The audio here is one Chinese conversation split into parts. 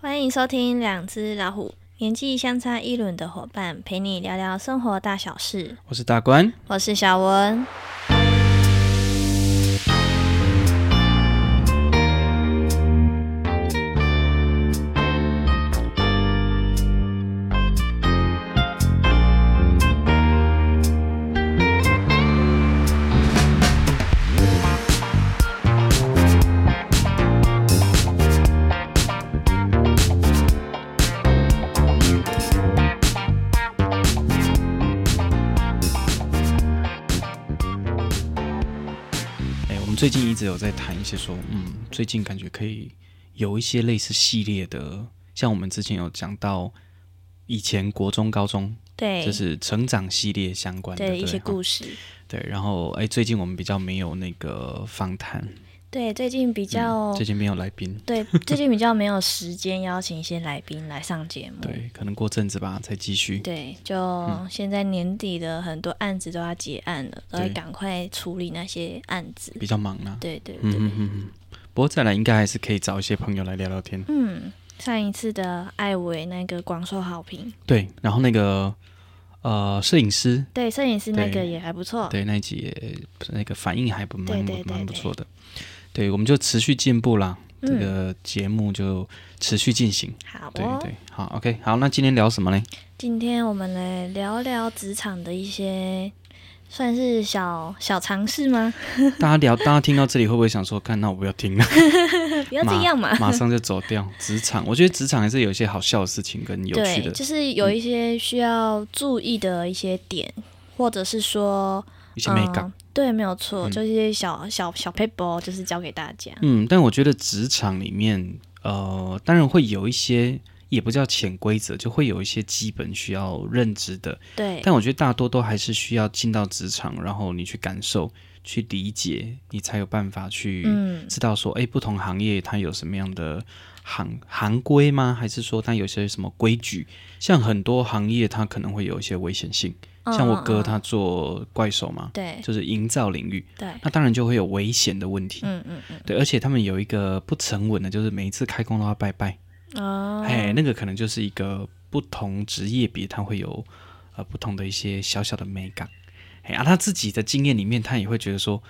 欢迎收听《两只老虎》，年纪相差一轮的伙伴陪你聊聊生活大小事。我是大官，我是小文。哎、我们最近一直有在谈一些说，嗯，最近感觉可以有一些类似系列的，像我们之前有讲到以前国中、高中，对，就是成长系列相关的对一些故事，事。对。然后哎、最近我们比较没有那个访谈，对，最近比较、嗯最近没有来宾， 对，最近比较没有时间邀请一些来宾来上节目。对，嗯可能过阵子吧才继续。对，就现在年底的很多案子都要结案了，都会对赶快处理那些案子。比较忙啊。对对对，嗯嗯嗯嗯。不过再来应该还是可以找一些朋友来聊聊天。嗯，上一次的艾维那个广受好评，对，然后那个呃，摄影师对，摄影师那个对也还不错。对，那一集也那个反应还不蛮啊对对对蛮不对错的。对，我们就持续进步啦，这嗯个节目就持续进行。好对哦，对，好，OK，好，那今天聊什么呢？今天我们来聊聊职场的一些算是小小尝试 吗？ 大家聊，大家听到这里会不会想说，看，那我不要听了， 不要这样 嘛。马上就走掉职场？我觉得职场还是有一些好笑的事情跟有趣对，的。就是有一些需要注意的一些点，或者是说一些美感。嗯对，没有错，嗯就是一些小小小 paper，就是教给大家。嗯，但我觉得职场里面，呃，当然会有一些，也不叫潜规则，就会有一些基本需要认知的。对，但我觉得大多都还是需要进到职场，然后你去感受、去理解，你才有办法去嗯，知道说，哎、不同行业它有什么样的行行规吗？还是说它有些什么规矩？像很多行业它可能会有一些危险性，像我嗯，哥嗯他做怪兽嘛嗯，对就是营造领域，对，那当然就会有危险的问题。嗯嗯嗯对，而且他们有一个不成文的，就是每一次开工都要拜拜，，哦，哎、那个可能就是一个不同职业别，它会有呃不同的一些小小的美感。哎、啊，他自己的经验里面，他也会觉得说，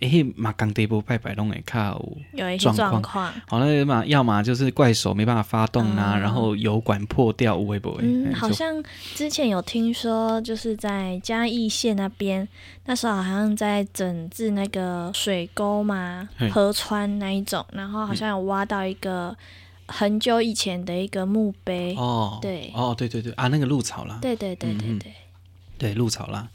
哎、马刚得波拜拜弄哎靠，有一些状状况况，好那嘛，要么就是怪手没办法发动啊，然后油管破掉，微不哦嗯，微，好像之前有听说，就是在嘉义县那边，那时候好像在整治那个水沟嘛嘿、河川那一种，然后好像有挖到一个很久以前的一个墓碑，哦，对哦，对对对啊，那个陆草啦，对对对对嗯嗯对，对陆草啦，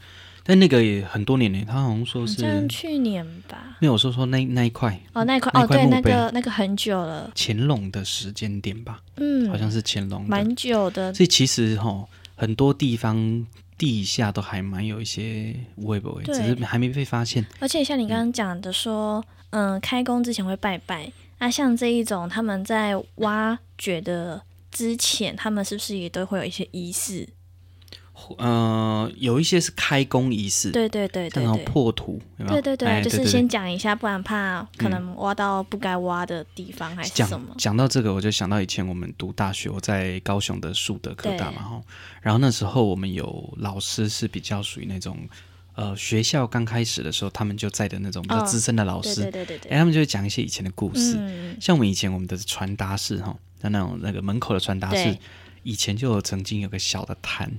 但那个也很多年了，他好像说好是像去年吧，没有说说那那一块哦那一块那哦一块对，墓那碑个那个很久了，乾隆的时间点吧，嗯，好像是乾隆的，蛮久的，所以其实哈，很多地方地下都还蛮有一些微博，对只是还没被发现。而且像你刚刚讲的说，嗯、开工之前会拜拜，那像这一种他们在挖掘的之前，他们是不是也都会有一些仪式？呃，有一些是开工仪式，对对对像对那种对。破土，有没对有对对，哎就是对对先讲一下，不然怕可能挖到不该挖的地方还是什么讲。讲到这个，我就想到以前我们读大学，我在高雄的树德科大嘛哈，然后那时候我们有老师是比较属于那种，呃，学校刚开始的时候他们就在的那种比较哦资深的老对师，对对对哎、对，他们就会讲一些以前的故事，嗯，像我们以前我们的传达室哈，那那种那个门口的传达室对，以前就有曾经有个小的坛，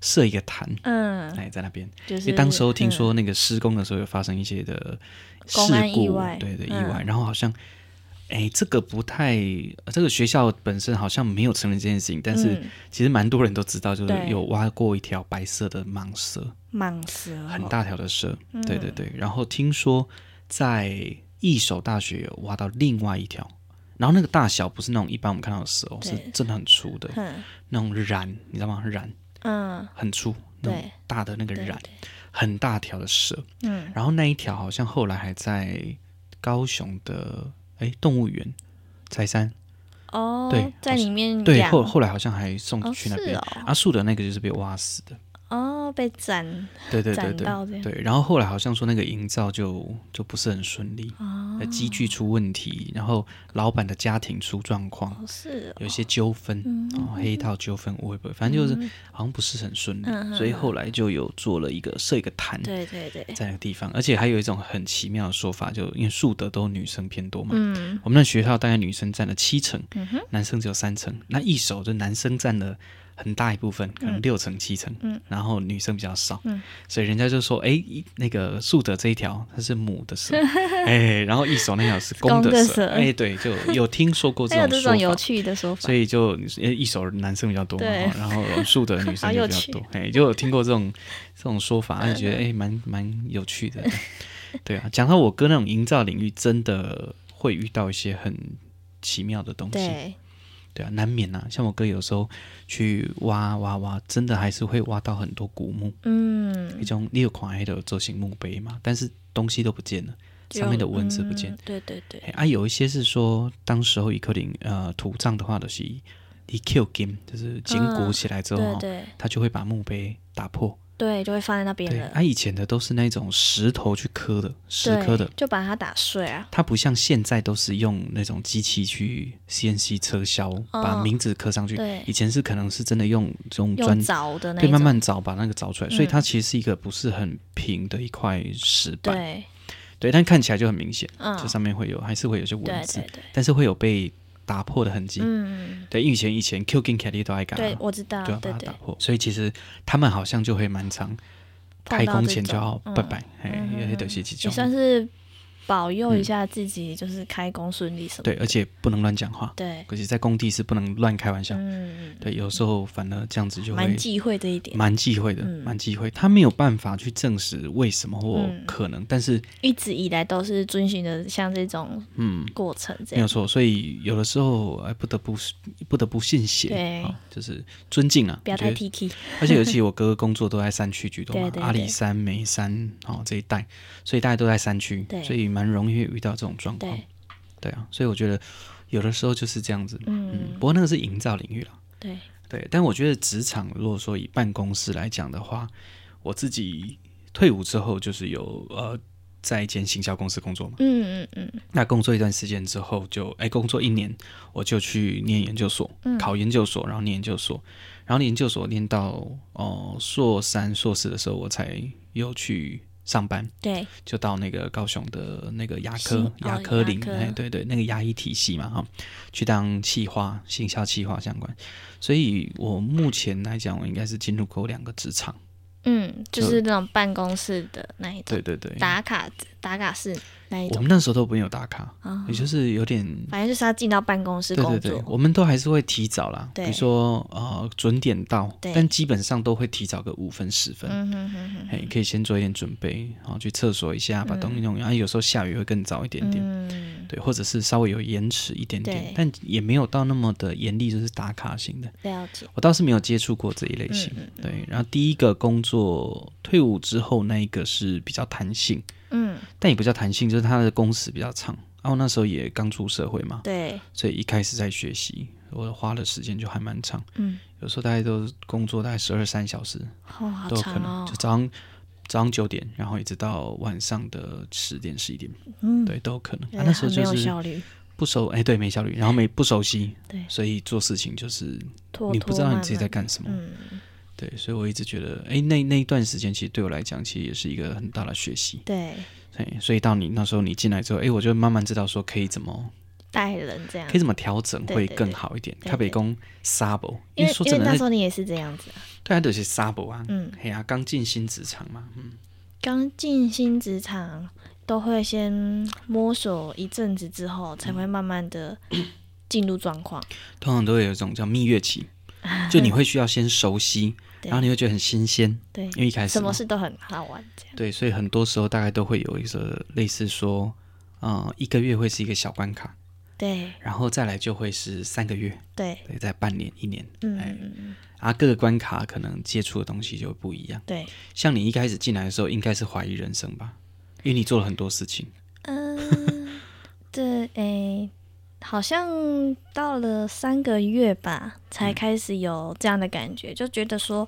设一个坛，嗯，哎，在那边。就因是嗯为当时候听说那个施工的时候有发生一些的事公安故，意外对对，意嗯外，然后好像。哎，这个不太，呃这个学校本身好像没有承认这件事情，但是嗯其实蛮多人都知道，就是对有挖过一条白色的蟒蛇，蟒蛇哦很大条的蛇，嗯对对对。然后听说在一手大学有挖到另外一条，然后那个大小不是那种一般我们看到的蛇哦，对是真的很粗的嗯那种蚺，你知道吗？蚺嗯，很粗，那种对大的那个对蚺对，很大条的蛇。嗯，然后那一条好像后来还在高雄的哎动物园。柴山哦对，在好像里面嗯对养后后来好像还送哦去是那边，哦阿树的那个就是被挖死的，哦，被斩对对对斩到这对样对。然后后来好像说那个营造就就不是很顺利，哦呃，机具出问题，然后老板的家庭出状况，哦是哦有一些纠纷，嗯哦，黑道纠纷，我也不会，反正就是好像不是很顺利，嗯嗯所以后来就有做了一个设一个坛。对对对，在那个地方，而且还有一种很奇妙的说法，就因为树德都女生偏多嘛，嗯我们那学校大概女生占了七成，嗯哼男生只有三成。那一手就男生占了很大一部分，可能六成七成，嗯然后女生比较少，嗯所以人家就说，哎，一那个树德这一条它是母的 蛇，哎，然后一手那条是公公的蛇，蛇哎，对，就有听说过 这还有种这说法种。有趣的说法所，以就呃一手男生比较多嘛，对哈然后树德女 好生就有比较趣多，哎，就有听过这种这种说法，而且觉得哎蛮蛮有趣的， 对啊。讲到我哥那种营造领域，真的会遇到一些很奇妙的东西，对，对啊，难免啊。像我哥有时候去挖挖挖，真的还是会挖到很多古墓，嗯一，种六款黑的周型墓碑嘛，但是东西都不见了，上面的文字不见嗯，对对对，嘿啊，有一些是说，当时候一克林呃土葬的话，就是一 Q 金，就是紧裹起来之后，嗯对哦对他就会把墓碑打破。对，就会放在那边对，了，啊，以前的都是那种石头去刻的，石刻对的，，就把它打碎啊，它不像现在都是用那种机器去 CNC 车削，把名字刻上去。哦对以，前是可能是真的用用用砖。凿的那对，一慢种，嗯慢凿把那个凿出来，所以它其实是一个不是很平的一块石板，对，对，但看起来就很明显，嗯，这上面会有还是会有些文对字对，对，但是会有被打破的痕迹。嗯，对，因为以前以前 Q 跟 Kelly 都爱干，对，我知道，都要把对它对打，破，所以其实他们好像就会蛮常开碰到工这前就种要嗯拜拜，哎嗯，嗯因为都嗯是这也算种，是保佑一下自己，就是开工顺利什么嗯对，的。而且不能乱讲话，对，可是在工地是不能乱开玩笑，嗯，对，有时候反而这样子就蛮会忌讳这一点，蛮忌讳的，嗯蛮忌讳，他没有办法去证实为什么或嗯可能，但是一直以来都是遵循的像这种嗯。过程这没有样。错，所以有的时候哎，不得不不得不信邪，对哦就是尊敬啊，不要我觉得太 T K， 而且尤其我哥哥工作都在山区居多嘛，对对对阿里山、眉山哦这一带，所以大家都在山区，对所以蛮容易遇到这种状况对。对啊，所以我觉得有的时候就是这样子。嗯，嗯，不过那个是营造领域啦。对，对，但我觉得职场如果说以办公室来讲的话，我自己退伍之后就是有呃在一间行销公司工作嘛。嗯嗯嗯，那工作一段时间之后就，哎工作一年，我就去念研究所，嗯考研究所，然后念研究所，然后念研究所念到哦、呃硕三、硕四的时候，我才又去上班，对，就到那个高雄的那个牙是科哦牙科林，牙科哎对对，那个牙医体系嘛哈，去当企划、行销企划相关，所以我目前来讲，我应该是进入过两个职场，嗯，就是那种办公室的那一种对对对，打卡打卡室那一我种们那时候都没有打卡，啊也，就是有点反正就是要进到办公室对工对对，作，我们都还是会提早啦，比对如说呃准点到，对但基本上都会提早个五分十分，嗯哼哼哼，哎、可以先做一点准备，然后去厕所一下，把东西弄完。啊，有时候下雨会更早一点点，嗯，对，或者是稍微有延迟一点点对，但也没有到那么的严厉，就是打卡型的。了解，嗯我倒是没有接触过这一类型，对。然后第一个工作退伍之后那一个是比较弹性，嗯，但也不叫弹性，就是它的工时比较长。然后那时候也刚出社会嘛，对，所以一开始在学习，我花的时间就还蛮长，嗯，有时候大概都工作大概十二三小时哦，好都有可长能，哦就，早上早上九点，然后一直到晚上的十点十一点，嗯，对，都有可能。对啊、那时候很没就有是效率，不熟，哎，对，没效率，然后没不熟悉，对所以做事情就是拖你不知拖道你慢自己在慢干什么，嗯，对，所以我一直觉得，哎，那那一段时间其实对我来讲，其实也是一个很大的学习，对，对，所以到你那时候你进来之后，哎，我就慢慢知道说可以怎么带人这样可以。怎么调整对会对更对好一点。对他北对工 s a b o 因为说因为真的，那那时候你也是这样子、啊，对啊，就是 s a b o 啊，嗯，嘿啊，刚进新职场嘛，嗯，刚进新职场都会先摸索一阵子之后，才会慢慢的嗯进入状况。通常都会有一种叫蜜 月期，就你会需要先熟悉，对然后你会觉得很新鲜，对，因为一开始什嘛么，事都很好玩，这样。对，所以很多时候大概都会有一个类似说，呃，一个月会是一个小关卡，对然后再来就会是三个月，对，对，再半年、一年，嗯哎嗯，嗯啊，各个关卡可能接触的东西就会不一样。对，像你一开始进来的时候，应该是怀疑人生吧，因为你做了很多事情。嗯，这诶、好像到了三嗯个月吧，才开始有这样的感觉，就觉得说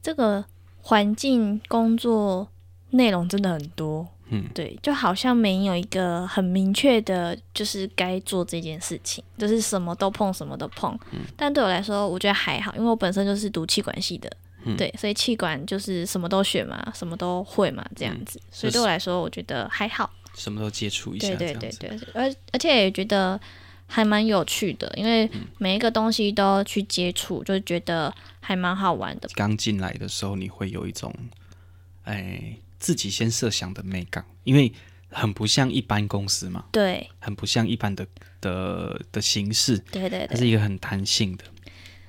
这个环境、工作内容真的很多，嗯，对，就好像没有一个很明确的，就是该做这件事情，就是什么都碰，什么都碰。嗯但对我来说，我觉得还好，因为我本身就是读气管系的，嗯对，所以气管就是什么都学嘛，什么都会嘛，这嗯样子。所以对我来说，我觉得还好。什么都接触一下，对这对样对子。对，而而且也觉得还蛮有趣的，因为嗯每一个东西都去接触，就觉得还蛮好玩的。刚进来的时候，你会有一种，哎，自己先设想的美感，因为很不像一般公司嘛，对很不像一般的的的形式，对对它对，是一个很弹性的。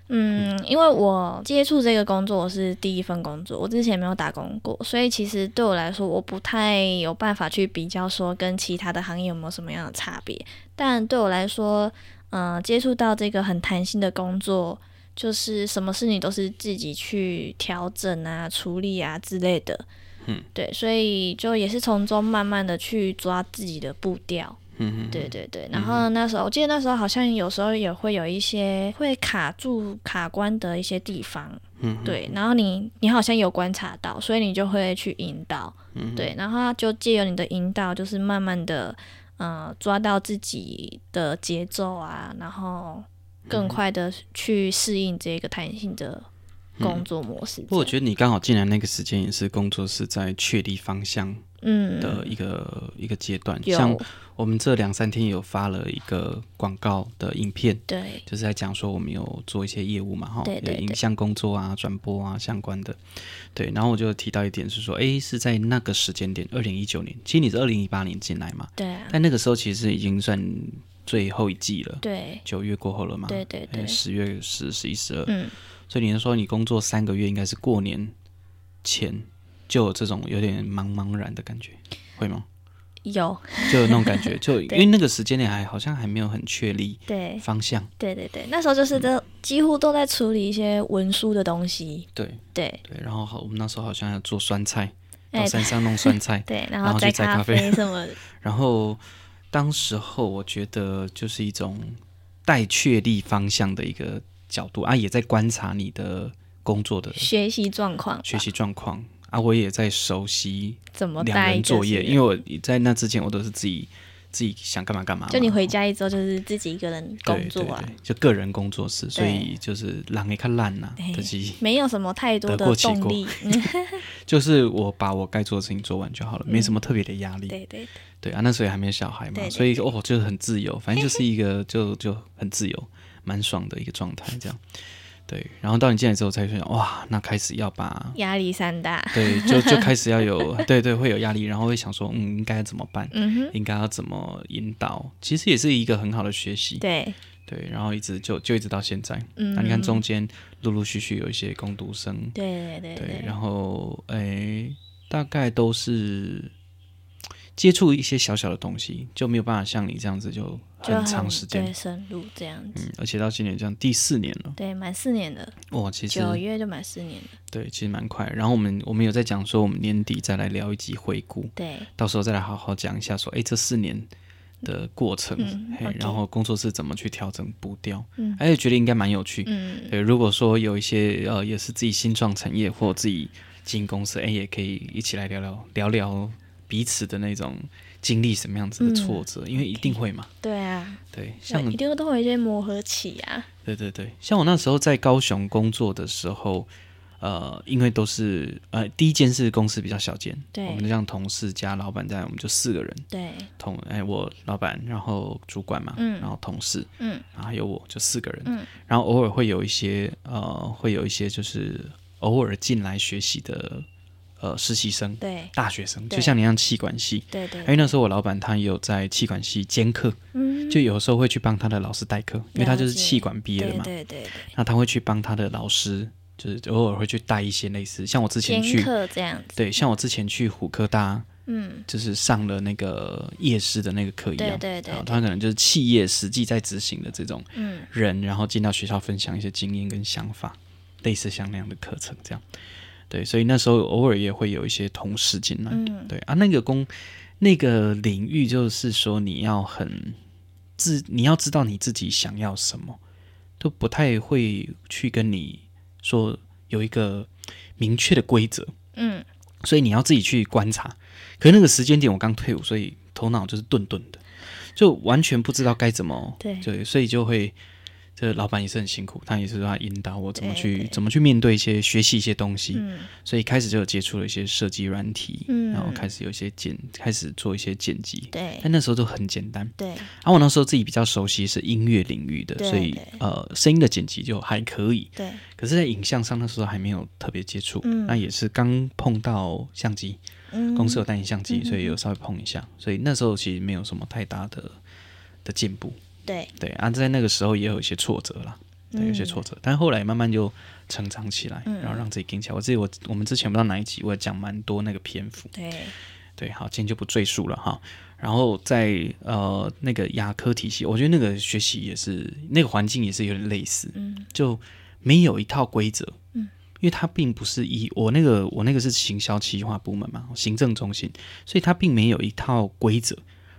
嗯，因为我接触这个工作是第一份工作，我之前没有打工过，所以其实对我来说，我不太有办法去比较说跟其他的行业有没有什么样的差别。但对我来说，嗯、接触到这个很弹性的工作，就是什么事你都是自己去调整啊、处理啊之类的。嗯，对，所以就也是从中慢慢的去抓自己的步调。嗯，对对对，然后那时候我记得那时候好像有时候也会有一些会卡住卡关的一些地方，嗯，对，然后你你好像有观察到，所以你就会去引导，嗯对，然后它就借由你的引导，就是慢慢的，呃，抓到自己的节奏啊，然后嗯更快的去适应这个弹性的嗯工作模式这样。不过我觉得你刚好进来那个时间也是工作是在确立方向嗯，的一个、一个阶段，像有我们这两三天有发了一个广告的影片，对就是在讲说我们有做一些业务嘛，哈，对对有对影像工作啊、转播啊相关的，对。然后我就提到一点是说，诶，是在那个时间点，二零一九年，其实你是二零一八年进来嘛，对啊，但那个时候其实已经算最后一季了，对九月过后了嘛，对对对诶，十月、十、十一、十二，嗯，所以你是说你工作三个月，应该是过年前就有这种有点茫茫然的感觉，会吗？有就有那种感觉， 就因为那个时间点还好像还没有很确立对。方向，对对对，那时候就是嗯都、几乎都在处理一些文书的东西，对对对。然后好，我们那时候好像要做酸菜，哎到山上弄酸菜， 对，然然后后摘去摘咖啡啡什么的，然后当时候我觉得就是一种待确立方向的一个角度啊，也在观察你的工作的学习状况吧， 学习状况啊，我也在熟悉怎么两带人作业，因为为我在那之前我都是自己自己想干嘛干嘛嘛，就你回家一周就是自己一个人工作啊对，对对，就个人工作室，所以就是懒也看烂呐哎，就是没有什么太多得的过且动过力，嗯，就是我把我该做的事情做完就好了，没什么特别的压力。对对对啊，那时候也还没有小孩嘛，对对所以哦，就是很自由，反正就是 一个就就很自由，蛮爽的一个状态这样。对，然后到你进来之后才发现，哇，那开始要把压力山大，对，就就开始要有对对会有压力，然后会想说，嗯，应该怎么办？嗯哼，应该要怎么引导？其实也是一个很好的学习，对，对，然后一直就就一直到现在。嗯，那你看中间陆陆续续有一些攻读生，对对对对，然后诶，大概都是接触一些小小的东西，就没有办法像你这样子就就很长时间对，深入这样子，嗯，而且到今年这样第四年了，对，满四年了，哇，其实九月就满四年了，对，其实蛮快。然后我们我们有在讲说，我们年底再来聊一集回顾，对到时候再来好好讲一下说，诶，这四年。的过程，嗯嘿 OK 然后工作室怎么去调整步调，嗯而且觉得应该蛮有趣，嗯，对，如果说有一些呃，也是自己新创产业或自己进公司，哎，也可以一起来聊聊聊聊彼此的那种经历什么样子的挫折，因为一定会嘛。对啊，对，像对一定都会有一些磨合期啊，对对对，像我那时候在高雄工作的时候，呃，因为都是呃，第一间是公司比较小间，对我们就像同事加老板在，我们就四个人，对，同哎我老板，然后主管嘛，嗯然后同事，嗯，然后还有我，就四个人，嗯，然后偶尔会有一些呃，会有一些就是偶尔进来学习的呃实习生、对大学生，对就像你一样气管系。对对因，为那时候我老板他也有在气管系兼课，嗯，就有时候会去帮他的老师代课，因为他就是了解气管毕业的嘛，对对对对，那他会去帮他的老师，就是偶尔会去带一些类似，像我之前去，课这样子，对，像我之前去虎科大，嗯，就是上了那个夜师的那个课一样，对对对然后他可能就是企业实际在执行的这种嗯人，然后进到学校分享一些经验跟想法，类似像那样的课程这样。对，所以那时候偶尔也会有一些同事进来，嗯对啊，那个工那个领域就是说你要很自，你要知道你自己想要什么，都不太会去跟你说有一个明确的规则，嗯，所以你要自己去观察。可是那个时间点我刚退伍，所以头脑就是顿顿的，就完全不知道该怎么对对，所以就会这老板也是很辛苦，他也是说他引导我怎么对去对怎么去面对一些学习一些东西，嗯所以开始就有接触了一些设计软体，嗯然后开始有一些剪，开始做一些剪辑，对但那时候都很简单。对啊，我那时候自己比较熟悉是音乐领域的，对所以对呃声音的剪辑就还可以，对，可是，在影像上那时候还没有特别接触，嗯那也是刚碰到相机，嗯，公司有代言相机，嗯嗯所以有稍微碰一下，所以那时候其实没有什么太大的的进步，对对啊，在那个时候也有一些挫折啦，对，有些挫嗯折，但后来慢慢就成长起来，然后让自己硬起来。我自己我我们之前不知道哪一集，我也讲蛮多那个篇幅，对，对，好，今天就不赘述了哈。然后在呃那个牙科体系，我觉得那个学习也是那个环境也是有点类似，嗯就没有一套规则，嗯，因为它并不是一我那个我那个是行销企划部门嘛，行政中心，所以它并没有一套规则。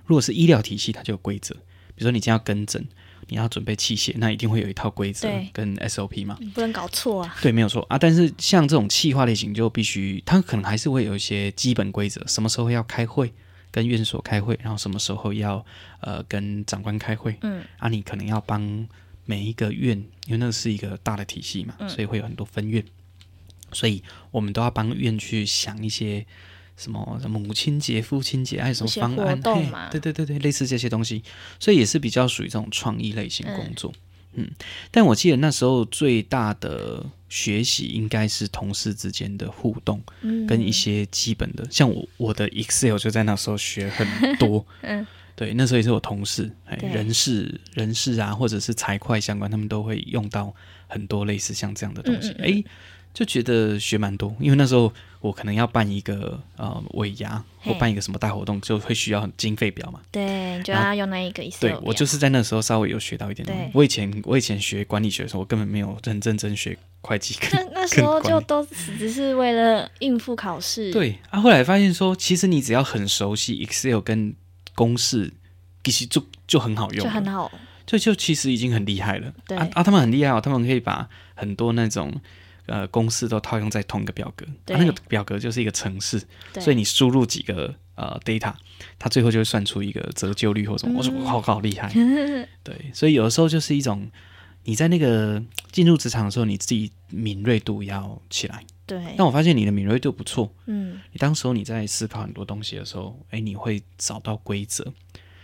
如果是医疗体系，它就有规则，比如说你今天要跟诊，你要准备器械，那一定会有一套规则对跟 SOP 嘛，你不能搞错啊，对，没有错啊。但是像这种企划类型，就必须它可能还是会有一些基本规则，什么时候要开会，跟院所开会，然后什么时候要呃跟长官开会，嗯，啊，你可能要帮每一个院，因为那是一个大的体系嘛，嗯所以会有很多分院，所以我们都要帮院去想一些什么母亲节、父亲节，还有什么一些方案活动嘿嘛对对对对，类似这些东西，所以也是比较属于这种创意类型工作。嗯但我记得那时候最大的学习应该是同事之间的互动，嗯跟一些基本的，像我我的 Excel 就在那时候 学很多，嗯，对，那时候也是我同事，哎，对人事、人事啊，或者是财会相关，他们都会用到很多类似像这样的东西，嗯嗯嗯哎、就觉得学蛮多。因为那时候我可能要办一个呃尾牙，嘿或办一个什么大活动，就会需要经费表嘛。对，你就然后要用那一个 Excel 对，我表就是在那时候稍微有学到一点东西对。我以前我以前学管理学的时候，我根本没有认认真学会计跟 那那时候跟管就理都只是为了应付考试，，对啊，后来发现说，其实你只要很熟悉 Excel 跟公式，其实就就很好用就了，很好，就就其实已经很厉害了。对啊啊，他们很厉害哦，他们可以把很多那种呃公式都套用在同一个表格，对啊、那个表格就是一个程式，对所以你输入几个呃 data，它最后就会算出一个折旧率或什么。我说嗯哇好好 厉害，对，所以有的时候就是一种你在那个进入职场的时候，你自己敏锐度要起来。对，但我发现你的敏锐度不错，嗯，你当时候你在思考很多东西的时候，哎，你会找到规则。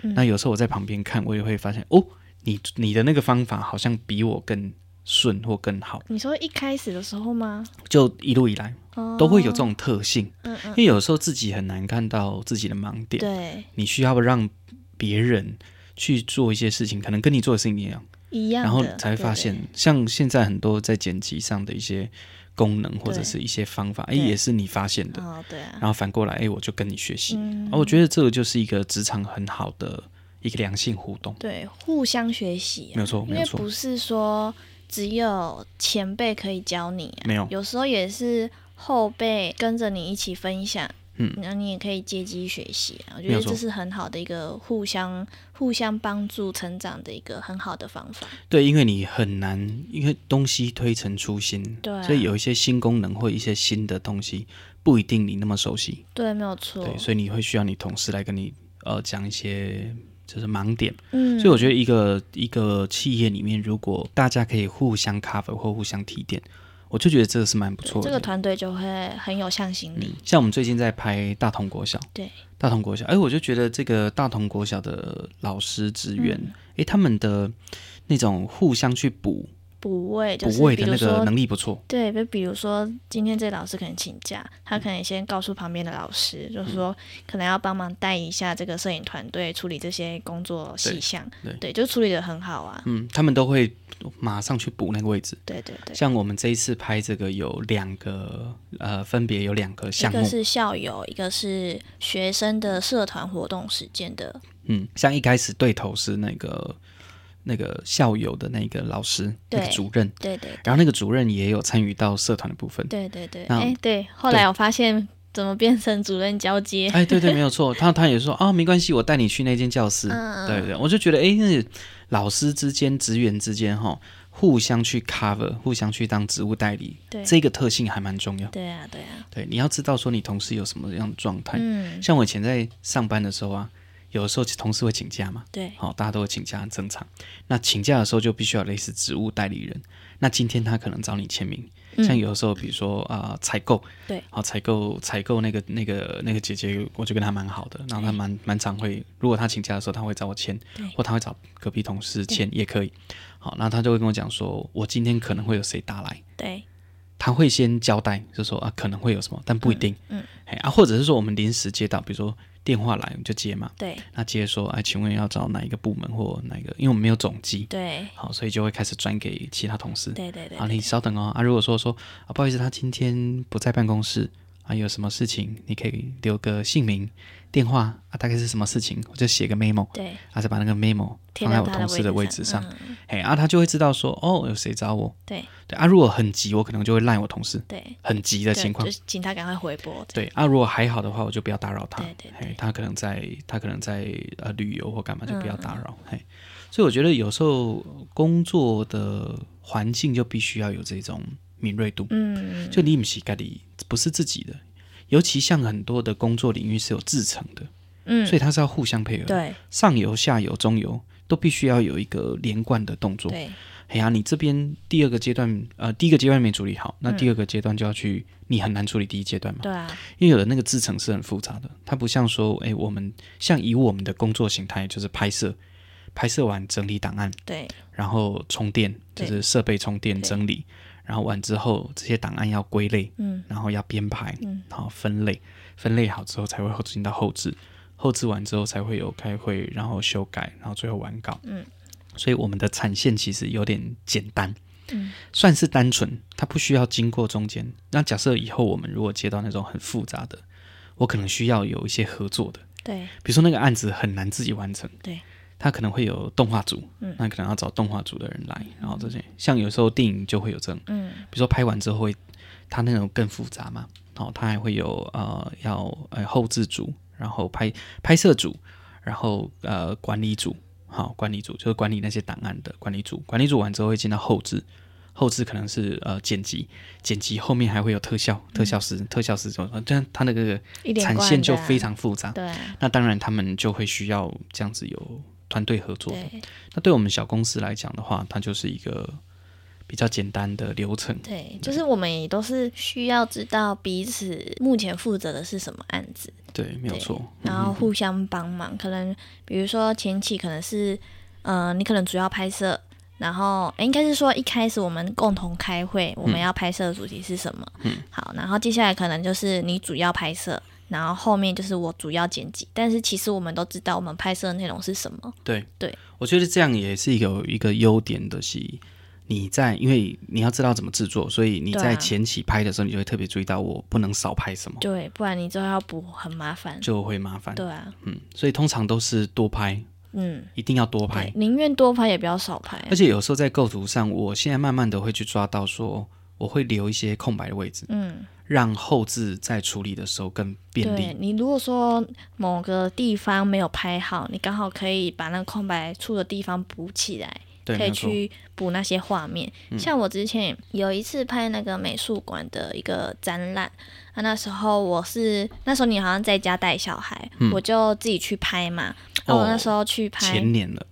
嗯那有时候我在旁边看，我也会发现，哦，你你的那个方法好像比我更顺或更好，你说一开始的时候吗？就一路以来哦都会有这，种特性。嗯嗯，因为有时候自己很难看到自己的盲点，对，你需要让别人去做一些事情，可能跟你做的事情一样，一样的，然后才会对发现，，像现在很多在剪辑上的一些功能或者对是一些方法，哎，对也是你发现对的。哦，对啊，然后反过来，哎，我就跟你学习。嗯啊而我觉得这个就是一个职场很好的一个良性互动，对，互相学习、啊，没有错因哦没有为错不是说只有前辈可以教你、啊，没有有时候也是后辈跟着你一起分享，嗯然后你也可以借机学习、啊。我觉没有得错这是很好的一个互相互相帮助成长的一个很好的方法。对，因为你很难，因为东西推陈出新，对啊所以有一些新功能或一些新的东西，不一定你那么熟悉，对，没有错。对，所以你会需要你同事来跟你呃讲一些就是盲点，嗯，所以我觉得一个一个企业里面，如果大家可以互相 cover 或互相提点，我就觉得这个是蛮不错的，这个团队就会很有向心力。像我们最近在拍《大同国小》，对， 《大同国小》，哎，我就觉得这个大同国小的老师职员，嗯哎、他们的那种互相去补补位就是补位比的如那个说能力不错，对，就比如说今天这个老师可能请假，他嗯可能先告诉旁边的老师，就是说可能要帮忙带一下这个摄影团队处理这些工作细项，对就处理的很好啊。嗯，他们都会马上去补那个位置。对对对，像我们这一次拍这个有两个，呃，分别有两个一项个目，是校友，一个是学生的社团活动时间的，嗯，像一开始对头是那个那个校友的那个老师，那个对主任，对对然后那个主任也有参与到社团的部分，对对对，嗯那哎对，后来我发现怎么变成主任交接，哎，对对，没 有错。他他也说啊，没关系，我带你去那间教室。嗯嗯对对，我就觉得哎，那老师之间、职员之间哈，互相去 cover，互相去当职务代理，对这个特性还蛮重要。对啊，对啊，对，你要知道说你同事有什么样的状态。嗯，像我以前在上班的时候啊，有的时候同事会请假嘛，对，好、大家都会请假，很正常。那请假的时候就必须要有类似职务代理人。那今天他可能找你签名，像有的时候比如说啊、呃采购，嗯对，好、采购采购那个那个那个姐姐，我就跟她蛮好的，然后她蛮蛮常会，如果她请假的时候，她会找我签对，或她会找隔壁同事签也可以。好，那她就会跟我讲说，我今天可能会有谁打来。对，他会先交代，就说啊可能会有什么，但不一定。嗯嗯哎啊，或者是说我们临时接到，比如说电话来我们就接嘛，对，那接说哎，请问要找哪一个部门或哪一个？因为我们没有总机，对，好，所以就会开始转给其他同事。对，对，对好，，你稍等哦。啊，如果说说啊，不好意思，他今天不在办公室啊，有什么事情你可以留个姓名、电话啊，大概是什么事情，我就写个 memo，对，啊，再把那个 memo 贴放到在我他同事的位位置上上，，嗯哎、啊，他就会知道说哦，有谁找我。对，对啊，如果很急，我可能就会赖我同事，对，很急的对情况就。是请他赶快回拨，对啊，如果还好的话，我就不要打扰他。对对对嘿，他可能在他可能在呃旅游或干嘛，就不要打扰。嗯嘿，所以我觉得有时候工作的环境就必须要有这种敏锐度，嗯，就你不是咖喱，不是自己的。尤其像很多的工作领域是有制成的，嗯，所以它是要互相配合的，对上游、下游、中游都必须要有一个连贯的动作。对哎呀，你这边第二个阶段，呃，第一个阶段没处理好，嗯那第二个阶段就要去，你很难处理第一阶段嘛，对啊，因为有的那个制程是很复杂的，它不像说，哎，我们像以我们的工作形态，就是拍摄，拍摄完整理档案，对然后充电，就对是设备充电对整理，然后完之后这些档案要归类，嗯，然后要编排，嗯，然后分类，分类好之后才会后进到后置，后置完之后才会有开会，然后修改，然后最后完稿，嗯，所以我们的产线其实有点简单，嗯，算是单纯，它不需要经过中间。那假设以后我们如果接到那种很复杂的，我可能需要有一些合作的，对比如说那个案子很难自己完成，对，他可能会有动画组，嗯那可能要找动画组的人来，然后这些像有时候电影就会有这种，嗯比如说拍完之后会，他那种更复杂嘛，然后他还会有呃要呃后置组，然后拍拍摄组，然后呃管理组，好管理组就是管理那些档案的管理组，管理组完之后会进到后置。后置可能是呃剪辑，剪辑后面还会有特效，嗯特效师，特效师怎么说？但他那个一连产贯线的就啊非常复杂，对啊那当然，他们就会需要这样子有团队合作的。对那对我们小公司来讲的话，它就是一个比较简单的流程。对，就是我们也都是需要知道彼此目前负责的是什么案子，对，没有错。嗯然后互相帮忙。可能比如说前期可能是，呃，你可能主要拍摄，然后诶应该是说一开始我们共同开会，我们要拍摄的主题是什么？嗯，好，然后接下来可能就是你主要拍摄。然后后面就是我主要剪辑，但是其实我们都知道我们拍摄的内容是什么。对对，我觉得这样也是有一个优点的是，你在因为你要知道怎么制作，所以你对在啊前期拍的时候，你就会特别注意到我不能少拍什么，对，不然你之后要补很麻烦。就会麻烦。对啊，嗯，所以通常都是多拍，嗯，一定要多拍对，。宁愿多拍也不要少拍。啊而且有时候在构图上，我现在慢慢的会去抓到说，我会留一些空白的位置，嗯，让后置在处理的时候更便对利。你如果说某个地方没有拍好，你刚好可以把那个空白处的地方补起来，对，可没以有错。嗯去补那些画面。像我之前有一次拍那个美术馆的一个展览，啊，那时候我是那时候你好像在家带小孩，我就自己去拍嘛。啊，我嗯哦那时候去拍前年了，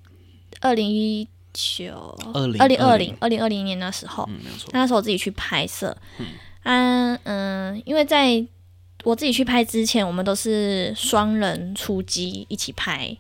二零一九、 2020哦二零二零、二零二零年那时候，嗯，没有错。那时候我自己去拍摄，嗯、啊、嗯，因为在我自己去拍之前，我们都是双人出击一起拍，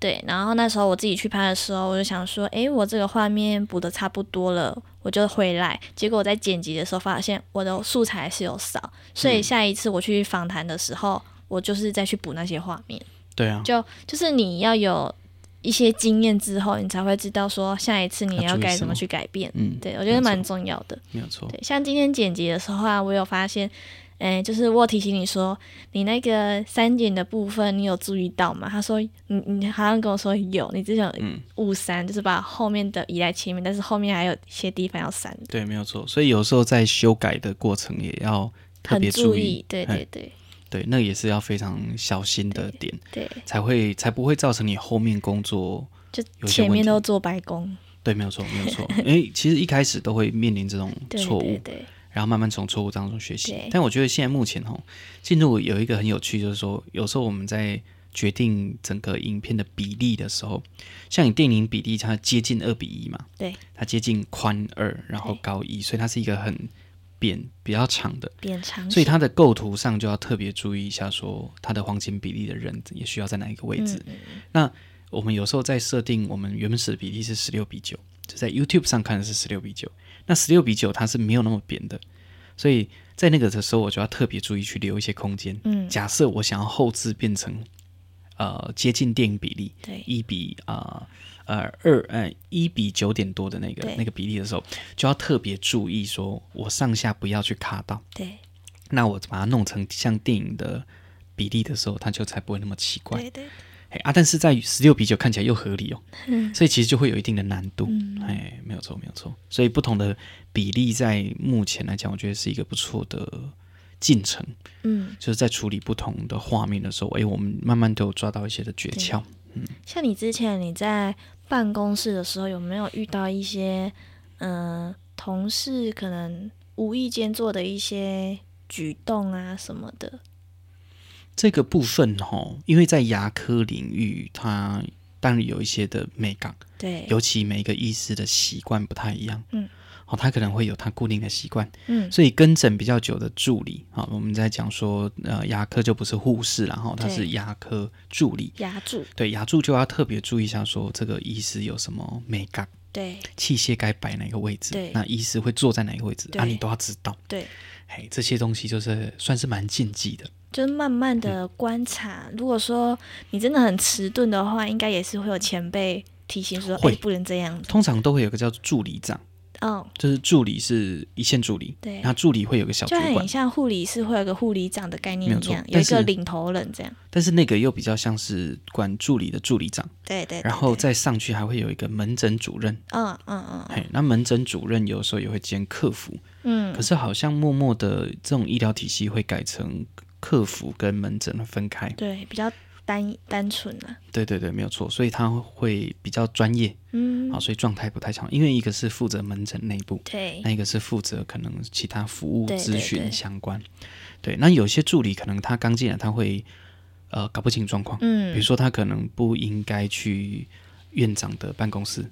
对。然后那时候我自己去拍的时候，我就想说，诶，我这个画面补的差不多了，我就回来。结果我在剪辑的时候发现我的素材还是有少，所嗯以下一次我去访谈的时候，我就是再去补那些画面。对啊，就就是你要有一些经验之后，你才会知道说下一次你要要注意该什怎么么去改变。嗯，对，我觉得蛮重要的。没有错。对，像今天剪辑的时候啊，我有发现，哎、就是我有提醒你说，你那个删减的部分，你有注意到吗？他说，你你好像跟我说有，你之前有嗯，误删，就是把后面的移来前面，但是后面还有一些地方要删，对，没有错。所以有时候在修改的过程也要特很别注注意，对嘿对对对，那也是要非常小心的点，对，才会才不会造成你后面工作就有些前问面题都做白工，对，没有错，没有错。因为其实一开始都会面临这种对错对误，对，然后慢慢从错误当中学习对。但我觉得现在目前吼，进入有一个很有趣，就是说有时候我们在决定整个影片的比例的时候，像你电影比例它接近二比一嘛，对，它接近宽二，然后对高一，所以它是一个很扁、比较长的。变长所以型它的构图上就要特别注意一下，说它的黄金比例的人也需要在哪一个位置。嗯那我们有时候在设定我们原本使的比例是十六比九，就在 YouTube 上看的是十六比九，那十六比九它是没有那么扁的，所以在那个的时候我就要特别注意去留一些空间。嗯假设我想要后置变成呃接近电影比例，对一比啊呃二呃一比九点多的那个对那个比例的时候，就要特别注意说我上下不要去卡到。对那我把它弄成像电影的比例的时候，它就才不会那么奇怪。对对哎啊，但是在十六比九看起来又合理哦，嗯所以其实就会有一定的难度。哎、没有错，没有错。所以不同的比例在目前来讲，我觉得是一个不错的进程，嗯，就是在处理不同的画面的时候，哎，我们慢慢都有抓到一些的诀窍。像你之前你在办公室的时候，有没有遇到一些嗯、呃同事可能无意间做的一些举动啊什么的？这个部分哦，因为在牙科领域，它当然有一些的美感，对，尤其每一个医师的习惯不太一样。嗯，哦，他可能会有他固定的习惯。嗯所以跟诊比较久的助理啊，我们在讲说，呃，牙科就不是护士啦，然后他对是牙科助理。压住，对，牙助就要特别注意一下，说这个医师有什么美感，对器械该摆哪个位置对，那医师会坐在哪个位置啊，对你都要知道。对，嘿，这些东西就是算是蛮禁忌的。就是慢慢的观察。如果说你真的很迟钝的话，应该也是会有前辈提醒说，哎、会不能这样子。通常都会有个叫助理长，哦，就是助理是一线助理，对，那助理会有个小主哦就管很，像护理师会有个护理长的概没念有一错样，有但一是个领头人这样。但是那个又比较像是管助理的助理长，对对对然后对再上去还会有一个门诊主任。嗯嗯嗯嗯嘿，那门诊主任有时候也会兼客服，嗯，可是好像默默的这种医疗体系会改成客服跟门诊分开。对，比较单单纯啊。对对对，没有错，所以他会比较专业嗯，啊，所以状态不太强，因为一个是负责门诊内部，对那一个是负责可能其他服务对对咨对询相关。对，那有些助理可能他刚进来，他会呃搞不清状况，比如嗯说他可能不应该去院长的办公室，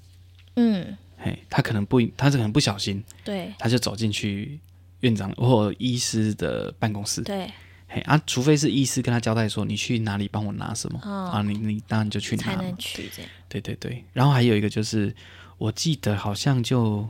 嗯，嘿，他可能不，他是可能不小心。对他就走进去院长或医师的办公室。对，嘿啊，除非是医师跟他交代说你去哪里帮我拿什么、哦啊，你你当然就去拿才嘛。能去这样。对对对，然后还有一个就是，我记得好像就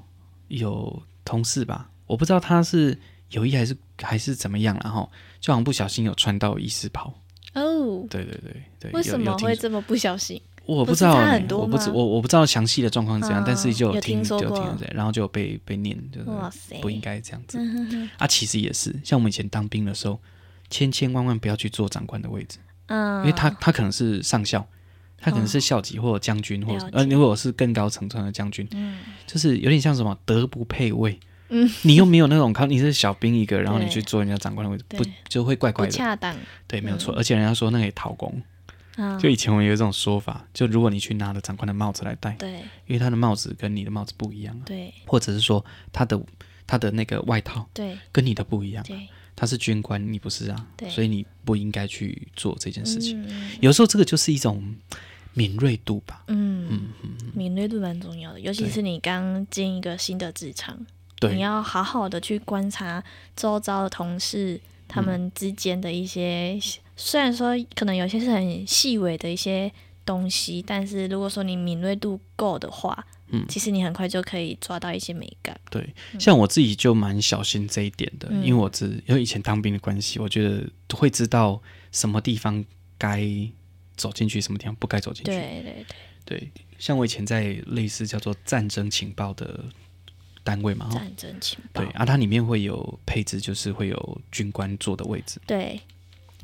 有同事吧，我不知道他是有意还是还是怎么样啦，然后就好像不小心有穿到医师袍。哦，对对对对，为什有有么听会说这么不小心？我不不是知道差欸、很多我不知吗我我不知道详细的状况是怎样，但是嗯就有听听说就有过听对然后就有被被念，就是哇塞，不应该这样子。嗯哼哼啊，其实也是，像我们以前当兵的时候，千千万万不要去坐长官的位置，嗯，因为他他可能是上校，他可能是校级或者将军，或者呃，如果是更高层层的将军，嗯就是有点像什么德不配位。嗯，你又没有那种靠，你是小兵一个，然后你对去坐人家长官的位置，对不就会怪不怪的？恰嗯当对，没有错。而且人家说那个也讨工，啊就，以前我们有一种说法，就如果你去拿了长官的帽子来戴，对因为他的帽子跟你的帽子不一样啊，对或者是说他的他的那个外套对跟你的不一样。对，他是军官，你不是啊对，所以你不应该去做这件事情。嗯有时候这个就是一种敏锐度吧，嗯，敏锐度蛮重要的，尤其对是你刚进一个新的职场，你对，要好好的去观察周遭的同事他嗯们之间的一些，虽然说可能有些是很细微的一些东西，但是如果说你敏锐度够的话，嗯其实你很快就可以抓到一些美感。对。像我自己就蛮小心这一点的，嗯因为我自因为以前当兵的关系，我觉得会知道什么地方该走进去，什么地方不该走进去。对对对，对像我以前在类似叫做战争情报的单位嘛，哦战争情报对，啊，它里面会有配置，就是会有军官坐的位置，对，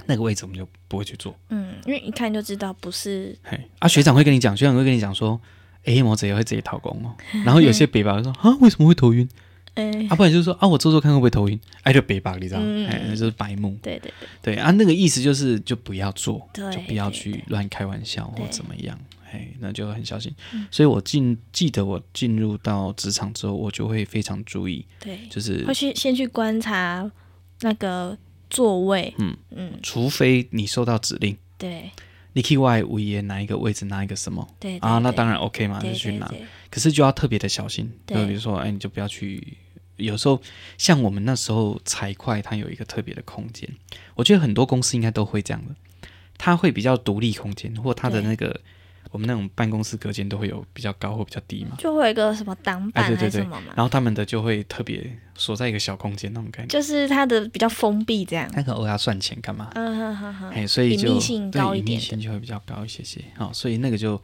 那个位置我们就不会去坐。嗯，因为一看就知道不是嘿，啊，学长会跟你讲，学长会跟你讲说，哎、我这也会自己掏工 哦。然后有些北巴说啊，为什么会头晕？哎、啊，不然就是说啊，我做做看会不会头晕？哎、就北巴，你知道吗？嗯哎、就是白目。对对对对啊，那个意思就是就不要做，对就不要对去乱开玩笑对嗯或怎么样。哎，嘿，那就很小心。所以我进记得我进入到职场之后，我就会非常注意，对，就是会去先去观察那个座位，嗯嗯，除非你收到指令，对你可以外五爷哪一个位置拿一个什么对啊，那当然然 OK 嘛，就对去对拿。对，可是就要特别的小心，对就比如说，哎，你就不要去。有时候像我们那时候财会，它有一个特别的空间，我觉得很多公司应该都会这样的，它会比较独立空间，或它的对那个我们那种办公室隔间都会有比较高或比较低嘛，就会有一个什么挡哎，板对还对是对什么，嘛，然后他们的就会特别锁在一个小空间那种概念，就是它的比较封闭这样，那个偶尔要算钱干嘛？嗯哼哼哼，哎，所以就隐秘性对高一隐秘点的性就会比较高一些些啊、所以那个就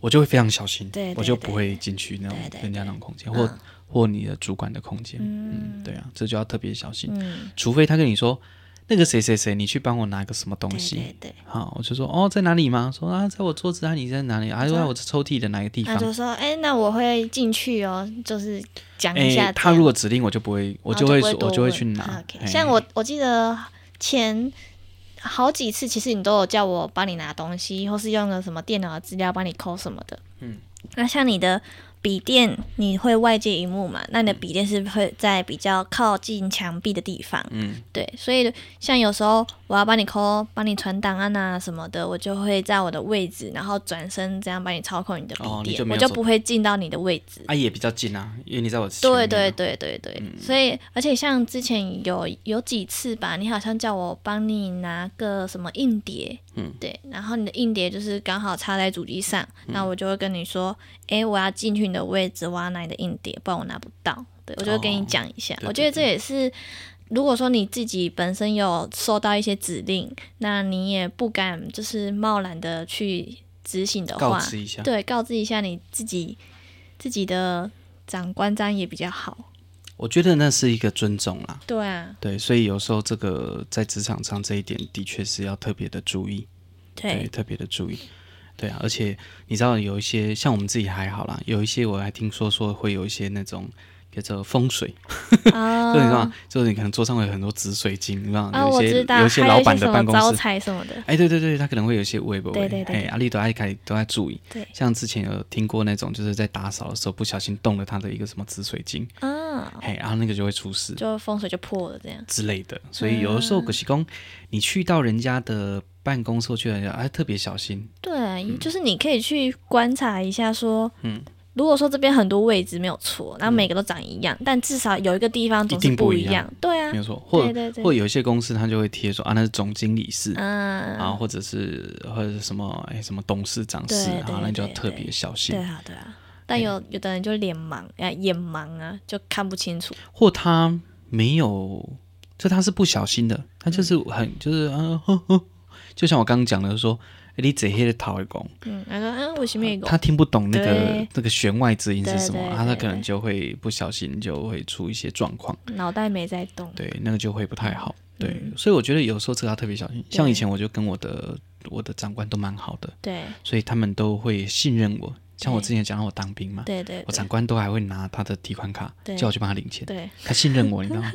我就会非常小心，对对我就不会进去那种对对对嗯人家那种空间，或、或你的主管的空间，嗯对啊，这就要特别小心，嗯，除非他跟你说那个谁谁谁，你去帮我拿个什么东对西。对对，好，我就说哦，在哪里吗？说啊，在我桌子啊，你在哪里？啊，就在我这抽屉的哪个地那方？就说，哎，那我会进去哦，就是讲一下这样。哎他如果指令，我就不会，我然后会，不我多就会问去拿。啊，OK 哎像我，我记得前好几次，其实你都有叫我帮你拿东西，或是用个什么电脑的资料帮你抠什么的。嗯，那像你的笔电，你会外接荧幕嘛？那嗯你的笔电是会在比较靠近墙壁的地方。嗯，对，所以像有时候我要帮你抠、帮你传档案啊什么的，我就会在我的位置，然后转身这样帮你操控你的笔哦你电，就没我有就走不会进到你的位置。啊也比较近啊，因为你在我前面对啊对对对对，所以而且像之前有有几次吧，你好像叫我帮你拿个什么硬碟，嗯，对，然后你的硬碟就是刚好插在主机上，那我就会跟你说，诶，我要进去你的位置，我要拿你的硬碟，不然我拿不到。对，我就会跟你哦讲一下。对我对觉得对这也是，如果说你自己本身有收到一些指令，那你也不敢就是贸然的去执行的告话，知一下。对，告知一下你自己自己的长官这样也比较好。我觉得那是一个尊重啦。对啊，对，所以有时候这个在职场上这一点的确是要特别的注意，对，对，特别的注意，对啊。而且你知道有一些像我们自己还好啦，有一些我还听说说会有一些那种叫做风水，啊 就你知道吗，就是你可能桌上会有很多紫水晶，你知道吗啊，我有一知些道，有一还老有板一些的什办么公招室。财什么的，哎，对对对，他可能会有一些微博，对对对哎，阿丽都爱开都在注意。对，像之前有听过那种，就是在打扫的时候不小心动了他的一个什么紫水晶，啊，嘿，然后那个就会出事。就风水就破了这样。之类的，所以有的嗯时候可是公，你去到人家的办公室或去人家，哎，特别小心。对啊，嗯就是你可以去观察一下，说，嗯，如果说这边很多位置没有错，那每个都长一样，但至少有一个地方总嗯一是定不一一样样。对啊没，有错，或对对对或有一些公司他就会贴说啊，那是总经理室、嗯，啊，或者是或者是什么哎什么董事长室对对啊，那你就要对特别小心对。啊，对啊。但有有的人就脸盲啊，眼盲啊，就看不清楚。或他没有，就他是不小心的，他就是嗯很就是啊，呵呵就像我刚刚讲的说，哎你这黑的讨一公，嗯，他说，嗯，我前面有个他听不懂那个对那个弦外之音是什么，对对啊，他对可能对就会不小心就会出一些状况。脑袋没在动。对，那个就会不太好。对，嗯所以我觉得有时候这个要特别小心。像以前我就跟我的我的长官都蛮好的，对所以他们都会信任我。像我之前讲到我当兵嘛，对对我对长官都还会拿他的提款卡对叫我去帮他领钱，对。他信任我，你知道吗？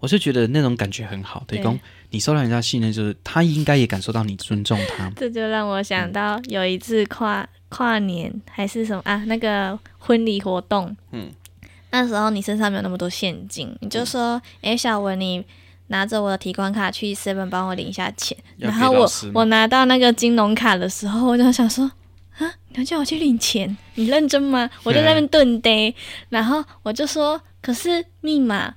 我就觉得那种感觉很好，对公，你受到人家信任，就是他应该也感受到你尊重他 这就让我嗯想到有一次跨跨年还是什么啊，那个婚礼活动，嗯，那时候你身上没有那么多现金，你就说，哎、小文，你拿着我的提款卡去 seven 帮我领一下钱。要然给后老我师吗我拿到那个金融卡的时候，我就想说，啊，你要叫我去领钱，你认真 吗？我就在那边顿呆，然后我就说，可是密码。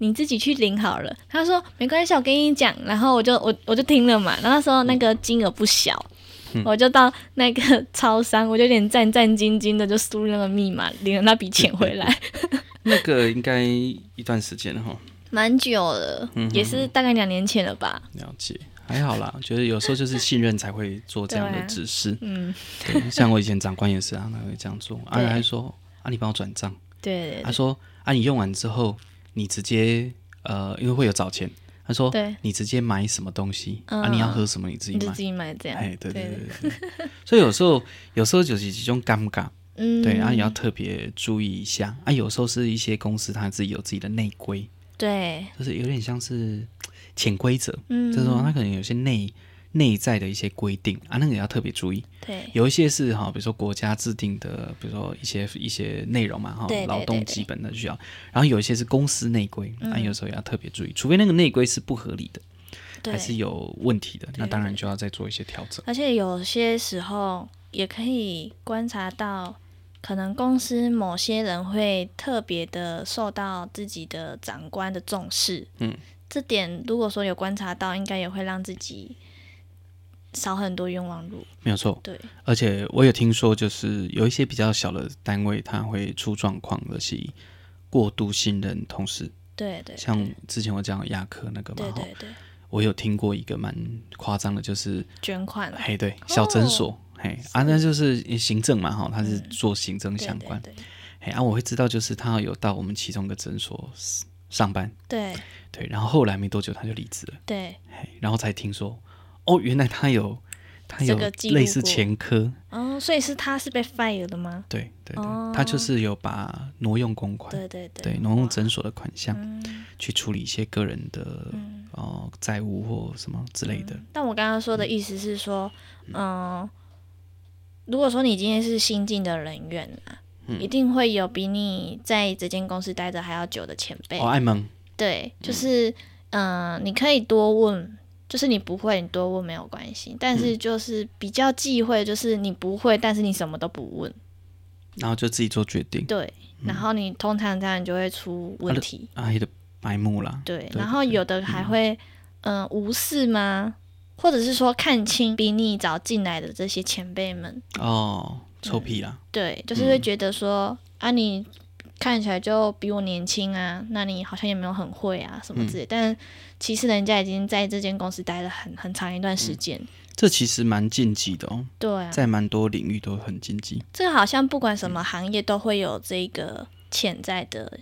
你自己去领好了。他说没关系，我跟你讲。然后我就我我就听了嘛。然后那时候那个金额不小，我就到那个超商，我就有点战战兢兢的，就输入那个密码，领了那笔钱回来。那个应该一段时间了哈， 蛮久了，也是大概两年前了吧。了解，还好 啦。觉得有时候就是信任才会做这样对的啊指示。嗯，对，像我以前长官也是啊，他会这 样做，啊，对他还说啊，你帮我转账，对他说啊，你用完之后，你直接呃，因为会有找钱，他说对，你直接买什么东西、嗯啊，你要喝什么你自己你就买自，己买这样。哎，对对对对对， 所以有时候有时候就是一种尴尬，嗯，对，啊，也要特别注意一下，啊，有时候是一些公司它自己有自己的内规，对，就是有点像是潜规则，嗯，就是说它可能有些内内在的一些规定啊，那个也要特别注意。对，有一些是哈，比如说国家制定的，比如说一些一些内容嘛，哈对对，劳对动对基本的需要。然后有一些是公司内规，那、有时候也要特别注意，除非那个内规是不合理的，对还是有问题的，那对当然就要再做一些调整。而且有些时候也可以观察到，可能公司某些人会特别的受到自己的长官的重视。嗯，这点如果说有观察到，应该也会让自己少很多冤枉路。没有错，对，而且我有听说，就是有一些比较小的单位，它会出状况的是过度信任同事，对对，像之前我讲的亚科那个嘛，对哈对对，我有听过一个蛮夸张的，就是捐款嘿，对，小诊所，嘿啊，那就是行政嘛，哈，他是做行政对相关，嗯对对嘿啊，我会知道，就是他有到我们其中一个诊所 s- 上班，对对，然后后来没多久他就离职了，对，嘿，然后才听说，哦，原来他有他有这个记录类似过前科，哦，所以是他是被 fire 的吗？对对对，哦他就是有把挪用公款，对对对，对，挪用诊所的款项、嗯去处理一些个人的、哦债务或什么之类的，但我刚刚说的意思是说，嗯、如果说你今天是新进的人员啊，一定会有比你在这间公司待着还要久的前辈。哦，艾蒙，对，就是嗯、你可以多问，就是你不会，你多问没有关系。但是就是比较忌讳，就是你不会，但是你什么都不问。然后就自己做决定，对，然后你通常这样你就会出问题。啊，也的白目啦，对，对然后有的还会嗯、呃无视吗？或者是说看清比你早进来的这些前辈们，哦，臭屁啦，对，就是嗯会觉得说、啊你看起来就比我年轻啊，那你好像也没有很会啊什么嗯之类，但其实人家已经在这间公司待了很很长一段时间，这其实蛮禁忌的哦，对啊，嗯在嗯蛮多领域都很禁忌。这个好像不管什么行业都会有这个潜在的，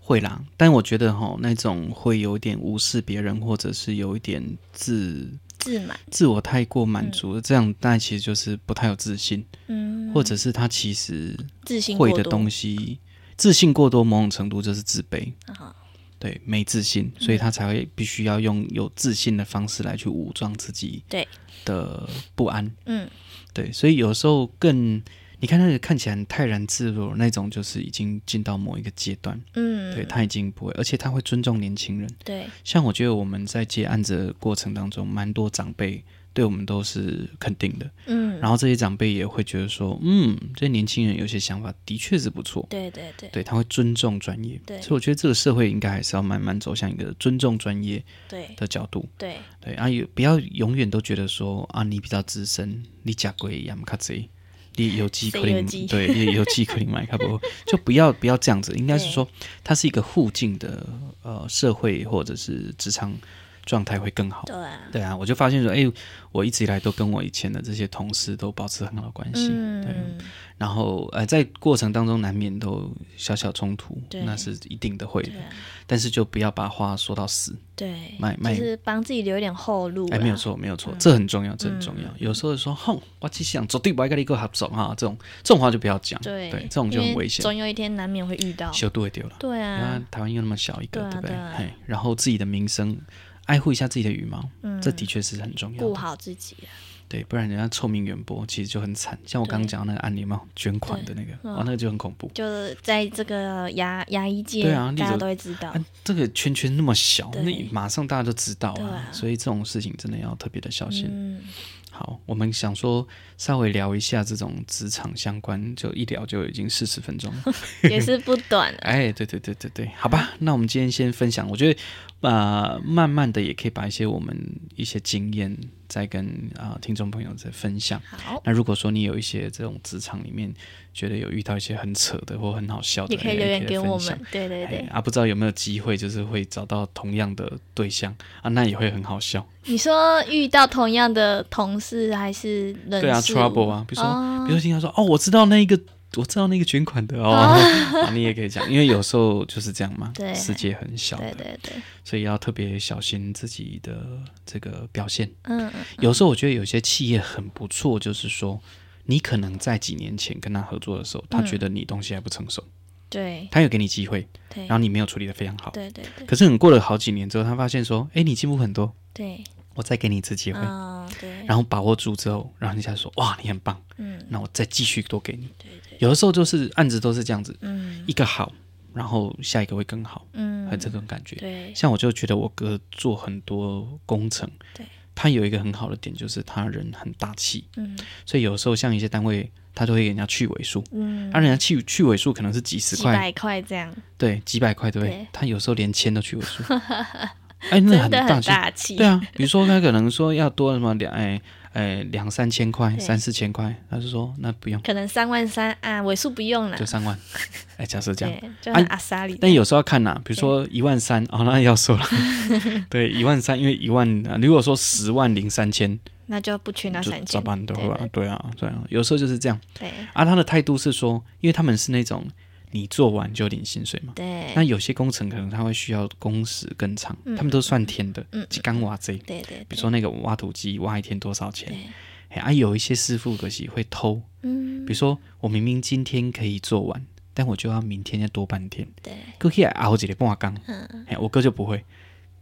会啦，但我觉得哈、那种会有点无视别人，或者是有一点自自满，自我太过满足，这样那其实就是不太有自信，嗯，或者是他其实自信过会度的东西，自信过多，某种程度就是自卑。啊，对，没自信，所以他才会必须要用有自信的方式来去武装自己对的不安。嗯，对，所以有时候更，你看那个看起来很泰然自若那种，就是已经进到某一个阶段，嗯，对他已经不会，而且他会尊重年轻人。对像我觉得我们在接案子的过程当中，蛮多长辈对我们都是肯定的，嗯，然后这些长辈也会觉得说，嗯，这年轻人有些想法的确是不错。对对对对，他会尊重专业，对所以我觉得这个社会应该还是要慢慢走向一个尊重专业对的角度，对，对啊，有不要永远都觉得说啊，你比较资深，你假鬼也卡贼，你有机谁可有能机 对，你有机可能买卡不，就不要不要这样子，应该是说它是一个互进的呃社会或者是职场状态会更好。对啊。对啊，我就发现说，哎、我一直以来都跟我以前的这些同事都保持很好的关系，对，嗯，然后呃，在过程当中难免都小小冲突，对那是一定的会的对，啊但是就不要把话说到死，对，卖卖就是帮自己留一点后路。啊哎，没有，错，没有错，嗯这很重要，这很重要。有时候说，哼，我只想绝对不要跟你过合作哈，这种这种话就不要讲，对，这种就很因为危险，总有一天难免会遇到。修都会丢了。对你看啊，台湾又那么小一个，对啊对不对啊嘿，然后自己的名声，爱护一下自己的羽毛，嗯，这的确是很重要顾的。好自己啊。对，不然人家臭名远播，其实就很惨。像我刚刚讲的那个案例嘛，捐款的那个，嗯哇，那个就很恐怖。就是在这个牙牙医界，对啊你大家怎都会知道。啊，这个圈圈那么小，对那马上大家都知道对啊啊，所以这种事情真的要特别的小心。 嗯，好，我们想说稍微聊一下这种职场相关，就一聊就已经四十分 钟了。也是不短啊。哎，对对对对对，好吧，那我们今天先分享，我觉得呃，慢慢的也可以把一些我们一些经验再跟啊、呃听众朋友再分享。好，那如果说你有一些这种职场里面觉得有遇到一些很扯的或很好笑的，哎也可以留言给分我享们。。对对哎对，啊，不知道有没有机会，就是会找到同样的对象啊，那也会很好笑。你说遇到同样的同事还是人对啊事物，trouble 啊，比如说，哦比如说听他说，哦，我知道那一个，我知道那个捐款的哦， 啊你也可以讲，因为有时候就是这样嘛，对世界很小对的，对对，所以要特别小心自己的这个表现。嗯，嗯有时候我觉得有些企业很不错，就是说。你可能在几年前跟他合作的时候，他觉得你东西还不成熟，对他有给你机会，嗯对然后你没有处理得非常好。对对对可是你过了好几年之后，他发现说：“哎，你进步很多，对我再给你一次机会，嗯，对，然后把握住之后，然后人家说哇你很棒，嗯，那我再继续多给你。对对，有的时候就是案子都是这样子，嗯一个好，然后下一个会更好，嗯，很这种感觉。对，像我就觉得我哥做很多工程，对，他有一个很好的点就是他人很大气，嗯所以有时候像一些单位他都会给人家去尾数，嗯，啊，人家去去尾数可能是几十几块，百块这样，对，几百块对不对对？他有时候连千都去 尾数，哎，那真很的大很气，大气，对啊，比如说他可能说要多什么两哎哎两三千块、对三四千块，他就说那不用，可能三万三啊，尾数不用了就，三万，哎，假设这样。对，就很啊阿莎里，但有时候要看呐、比如说一万三哦，那 要说了，对，一万三，因为一万，呃如果说十万零三千，那就不去那就三咋千，办对对吧？对啊，对啊，有时候就是这样对啊。他的态度是说，因为他们是那种你做完就领薪水嘛，对那有些工程可能他会需要工时更长，他们都算天的嗯，几缸挖贼，对对，比如说那个挖土机挖一天多少钱对？哎啊，有一些师傅可惜会偷，嗯比如说我明明今天可以做完，但我就要明天再多半天。对，过去熬几个半缸，嗯，哎，我哥就不会，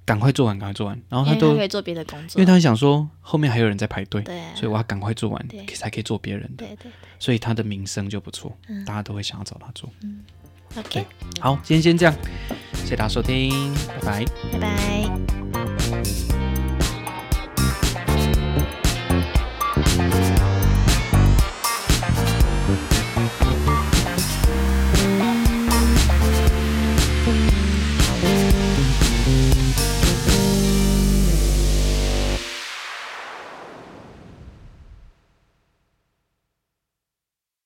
赶快做完，赶快做完。然后因为他都，他因可为以做别的工他作，很想说后面还有人在排队，对啊所以我要赶快做完对，才可以做别人的。对对所以他的名声就不错，嗯大家都会想要找他做。 ，OK，好，今天先这样，谢谢大家收听，拜拜。拜拜。